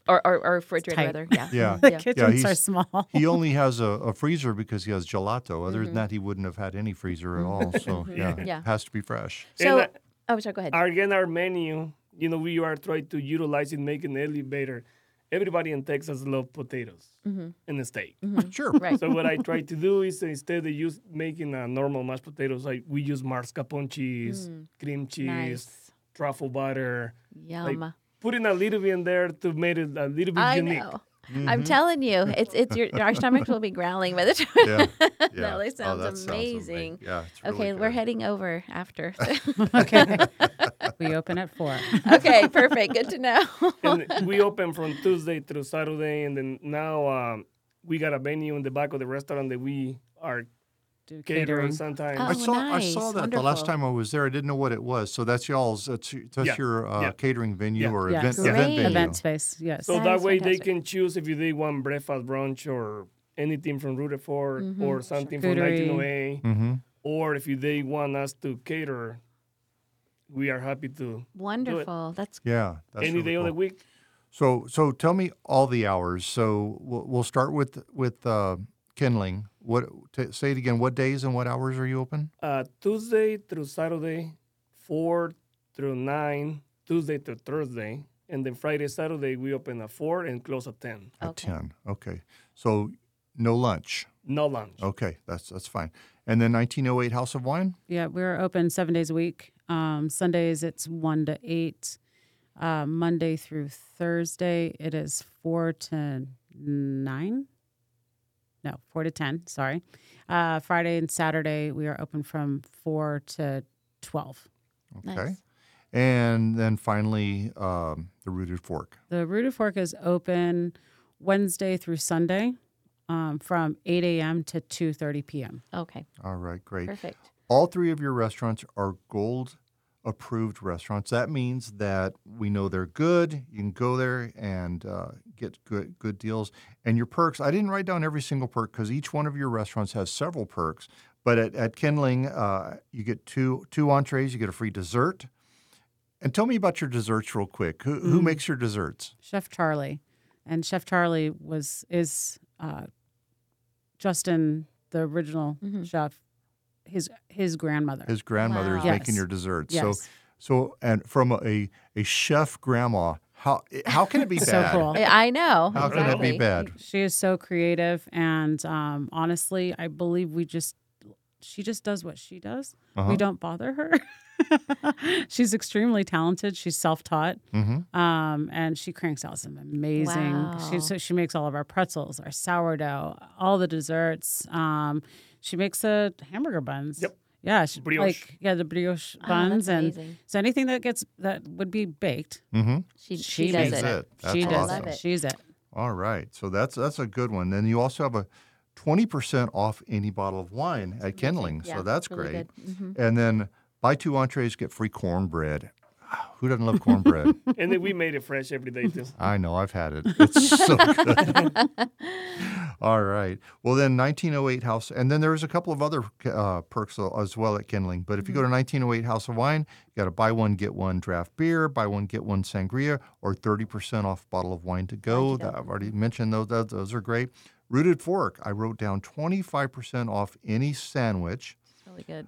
or, or, or refrigerator,
tight.
rather. Yeah.
Yeah.
the
Yeah.
kitchens are
he's-
small.
he only has a, a freezer because he has gelato. Other than that, he wouldn't have had any freezer at all. So yeah,
Mm-hmm. Yeah.
it has to be fresh.
So,
And, uh,
oh, sorry. Go ahead.
our again our menu, you know, we are trying to utilize it, make an elevator. Everybody in Texas love potatoes and the steak.
Mm-hmm.
Sure.
right.
So what I try to do is instead of use making a normal mashed potatoes, like we use mascarpone cheese, cream cheese,
Mm. Nice.
truffle butter,
Yum.
putting a little bit in there to make it a little bit
I
unique.
know.
Mm-hmm.
I'm telling you, it's it's your our stomachs will be growling by the time.
Yeah. yeah. Oh,
No, that sounds amazing.
Yeah. It's really
Okay, we're
good.
heading over after.
okay. we open at four.
okay, perfect. Good to know.
and we open from Tuesday through Saturday, and then now um, we got a venue in the back of the restaurant that we are
Do
catering
catering.
sometimes.
Oh.
I saw I
nice.
saw that the last
Wonderful.
time I was there. I didn't know what it was. So that's y'all's. That's, y- that's
Yeah.
your uh,
Yeah.
catering venue
Yeah.
or
Yeah.
event,
Great.
event venue.
Event space. Yes.
So
That
that,
is
way
fantastic.
they can choose if they want breakfast, brunch, or anything from Rutherford
Mm-hmm.
or something from
Charcuterie.
1908,
Mm-hmm.
or if they want us to cater, we are happy to.
Wonderful. That's
Yeah. That's
Any
really
day of the
cool.
week,
So so tell me all the hours. So we'll, we'll start with with uh, kindling. What t- say it again? What days and what hours are you open?
uh, Tuesday through Saturday, four through nine, Tuesday through Thursday, and then Friday, Saturday we open at four and close at ten.
At
okay.
ten. Okay. So no lunch.
No lunch.
Okay, that's that's fine. And then 1908 House of Wine.
Yeah, we're open seven days a week. Um, Sundays it's one to eight. Uh, Monday through Thursday it is four to nine. No, four to ten. Sorry. Uh, Friday and Saturday we are open from four to twelve.
Okay.
Nice.
And then finally, um, the rooted fork.
The Rooted Fork is open Wednesday through Sunday um, from eight a.m. to two thirty p.m.
Okay.
All right, great.
Perfect.
All three of your restaurants are gold approved restaurants. That means that we know they're good. You can go there and uh, get good good deals. And your perks, I didn't write down every single perk because each one of your restaurants has several perks. But at, at Kindling, uh, you get two two entrees, you get a free dessert. And tell me about your desserts real quick. Who, who makes your desserts?
Chef Charlie, and Chef Charlie was is uh, Justin, the original chef, his his grandmother.
His grandmother is
Wow.
making
Yes.
your desserts. So
yes,
so and from a a chef grandma, how how can it be
so
bad?
cool.
I I know.
How
exactly.
can it be bad?
She is so creative, and um, honestly, I believe we just she just does what she does.
Uh-huh.
We don't bother her. She's extremely talented. She's self-taught,
Mm-hmm,
um, and she cranks out some amazing. She
Wow.
so she makes all of our pretzels, our sourdough, all the desserts. Um, she makes the hamburger buns.
Yep.
Yeah, she,
Brioche.
like yeah, the brioche
Oh,
buns,
that's
and
amazing.
so anything that gets that would be baked,
Mm-hmm.
She,
she
she does
makes
it.
it. That's
she does.
awesome.
I love it.
She's it.
All right. So that's that's a good one. Then you also have a 20% off any bottle of wine at Kindling.
Yeah,
so that's
really
great.
good. Mhm.
And then buy two entrees, get free cornbread. Ah, Who doesn't love cornbread?
and then we made it fresh every day too.
I know, I've had it. It's so good. All right. Well, then 1908 House, and then there's a couple of other uh, perks al- as well at Kindling. But if you go to 1908 House of Wine, you got to buy one, get one draft beer, buy one, get one sangria, or 30% off bottle of wine to go. That, I've already mentioned those, those. Those are great. Rooted Fork, I wrote down 25% off any sandwich.
Really good.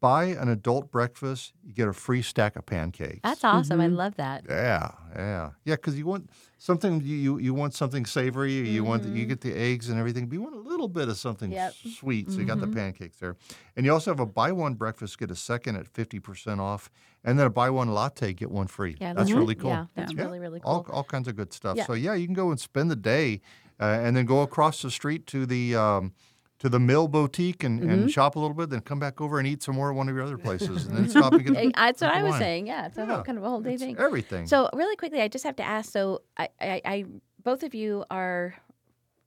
Buy an adult breakfast, you get a free stack of pancakes.
That's awesome. I love that.
Yeah, yeah, yeah. Because you want something you, you you want something savory. You want you get the eggs and everything, but you want a little bit of something
Mm-hmm. Yep. Mm-hmm.
s- sweet. So you got the pancakes there, and you also have a buy one breakfast get a second at fifty percent off, and then a buy one latte get one free.
Yeah,
that's
those-
really cool.
Yeah, that's really really cool.
All, all kinds of good stuff.
Yeah.
So yeah, you can go and spend the day, uh, and then go across the street to the. Um, to the Mill Boutique and,
Mm-hmm.
and shop a little bit, then come back over and eat some more at one of your other places, and then stop and
Eh,
get
That's what
Look at
I was
wine.
saying. Yeah, it's a whole
Yeah,
kind of a whole day
it's
thing.
everything.
So really quickly, I just have to ask. So I, I, I both of you are.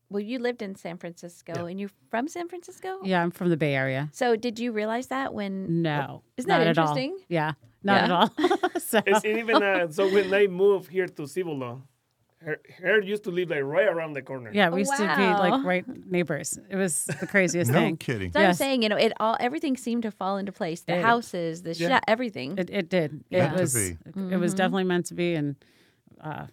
Well, you lived in San Francisco, and you're from San Francisco.
Yeah, I'm from the Bay Area.
So did you realize that when?
No,
Oh, Isn't that
not at all.
interesting?
Yeah, not
Yeah.
at all. so,
It's and even uh, so when I moved here to Cibolo, her, her used to live like right around the corner.
yeah, we used to be like
Wow.
right neighbors. It was the craziest
no
thing.
kidding.
So I'm
Yes.
saying, you know, it all everything seemed to fall into place. The
It-
houses, the
Yeah.
shop, everything.
It, it did. It
Meant to
was.
be.
It, was definitely meant to be, and uh,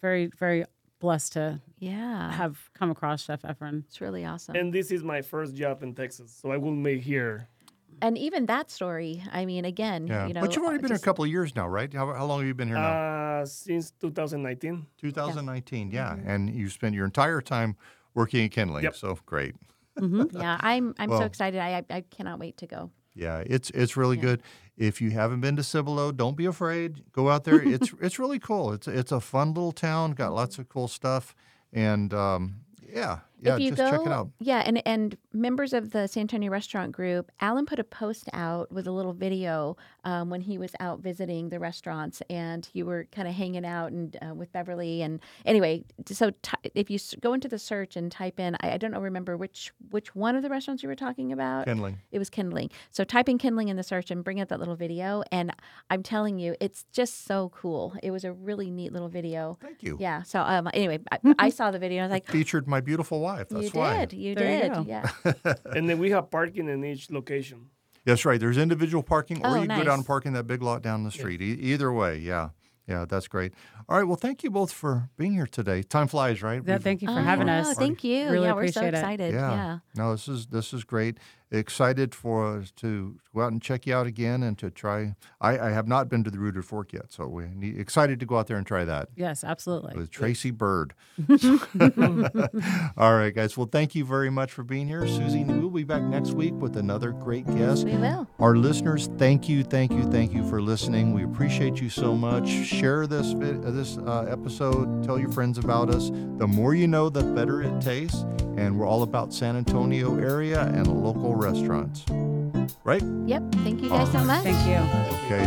very, very blessed to
yeah,
have come across Chef Efren.
it's really awesome. And,
And this is my first job in Texas, so I will make here.
even that story. I mean, again,
Yeah.
you know, uh,
but you've already been
just-
here a couple of years now, right? How, how long have you been here now?
Uh, since 2019.
2019, yeah.
Mm-hmm.
And you spent your entire time working at Kindling.
Yep.
So great.
Yeah, I'm I'm
Well-
so excited. I, I I cannot wait to go.
Yeah, it's it's really good. If you haven't been to Cibolo, don't be afraid. Go out there. It's it's really cool. It's it's a fun little town. Got lots of cool stuff, and um, yeah, yeah.
if you
Just
go,
check it out.
yeah, and and members of the San Antonio Restaurant Group, Alan put a post out with a little video um, when he was out visiting the restaurants, and you were kind of hanging out and uh, with Beverly, and anyway, so ty if you s- go into the search and type in, I, I don't know, remember which which one of the restaurants you were talking about.
Kindling.
It was kindling. So type in kindling in the search and bring up that little video. And I'm telling you, it's just so cool. It was a really neat little video.
Thank you.
uh, Yeah. So um, anyway, I, I saw the video. and I was like,
Featured my beautiful wife. That's
you
why.
did. You
There you
did.
go.
yeah.
and then we have parking in each location.
That's right. There's individual parking, or
Oh,
you can go down
nice.
and park in that big lot down the street. E- either way, yeah. Yeah, that's great. All right. Well, thank you both for being here today. Time flies, right?
Yeah,
We've-
thank you for
Oh,
having
no,
us.
Thank you.
Really
yeah, we're so
appreciate it.
excited. Yeah.
No, this is this is great. Excited for us to go out and check you out again and to try. I, I have not been to the Rooted Fork yet, so we need, excited to go out there and try that
Yes, absolutely.
with Tracy Bird. All right, guys. Well, thank you very much for being here, Susie. We'll be back next week with another great guest.
We will.
Our listeners, thank you, thank you, thank you for listening. We appreciate you so much. Share this vid- uh, this uh, episode. Tell your friends about us. The more you know, the better it tastes. And we're all about San Antonio area and local restaurants, right?
Yep. Thank you guys so much.
Thank you.
Okay.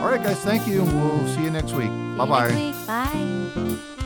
All right, guys. Thank you. We'll see you next week.
See you
Bye bye.
next week. Bye.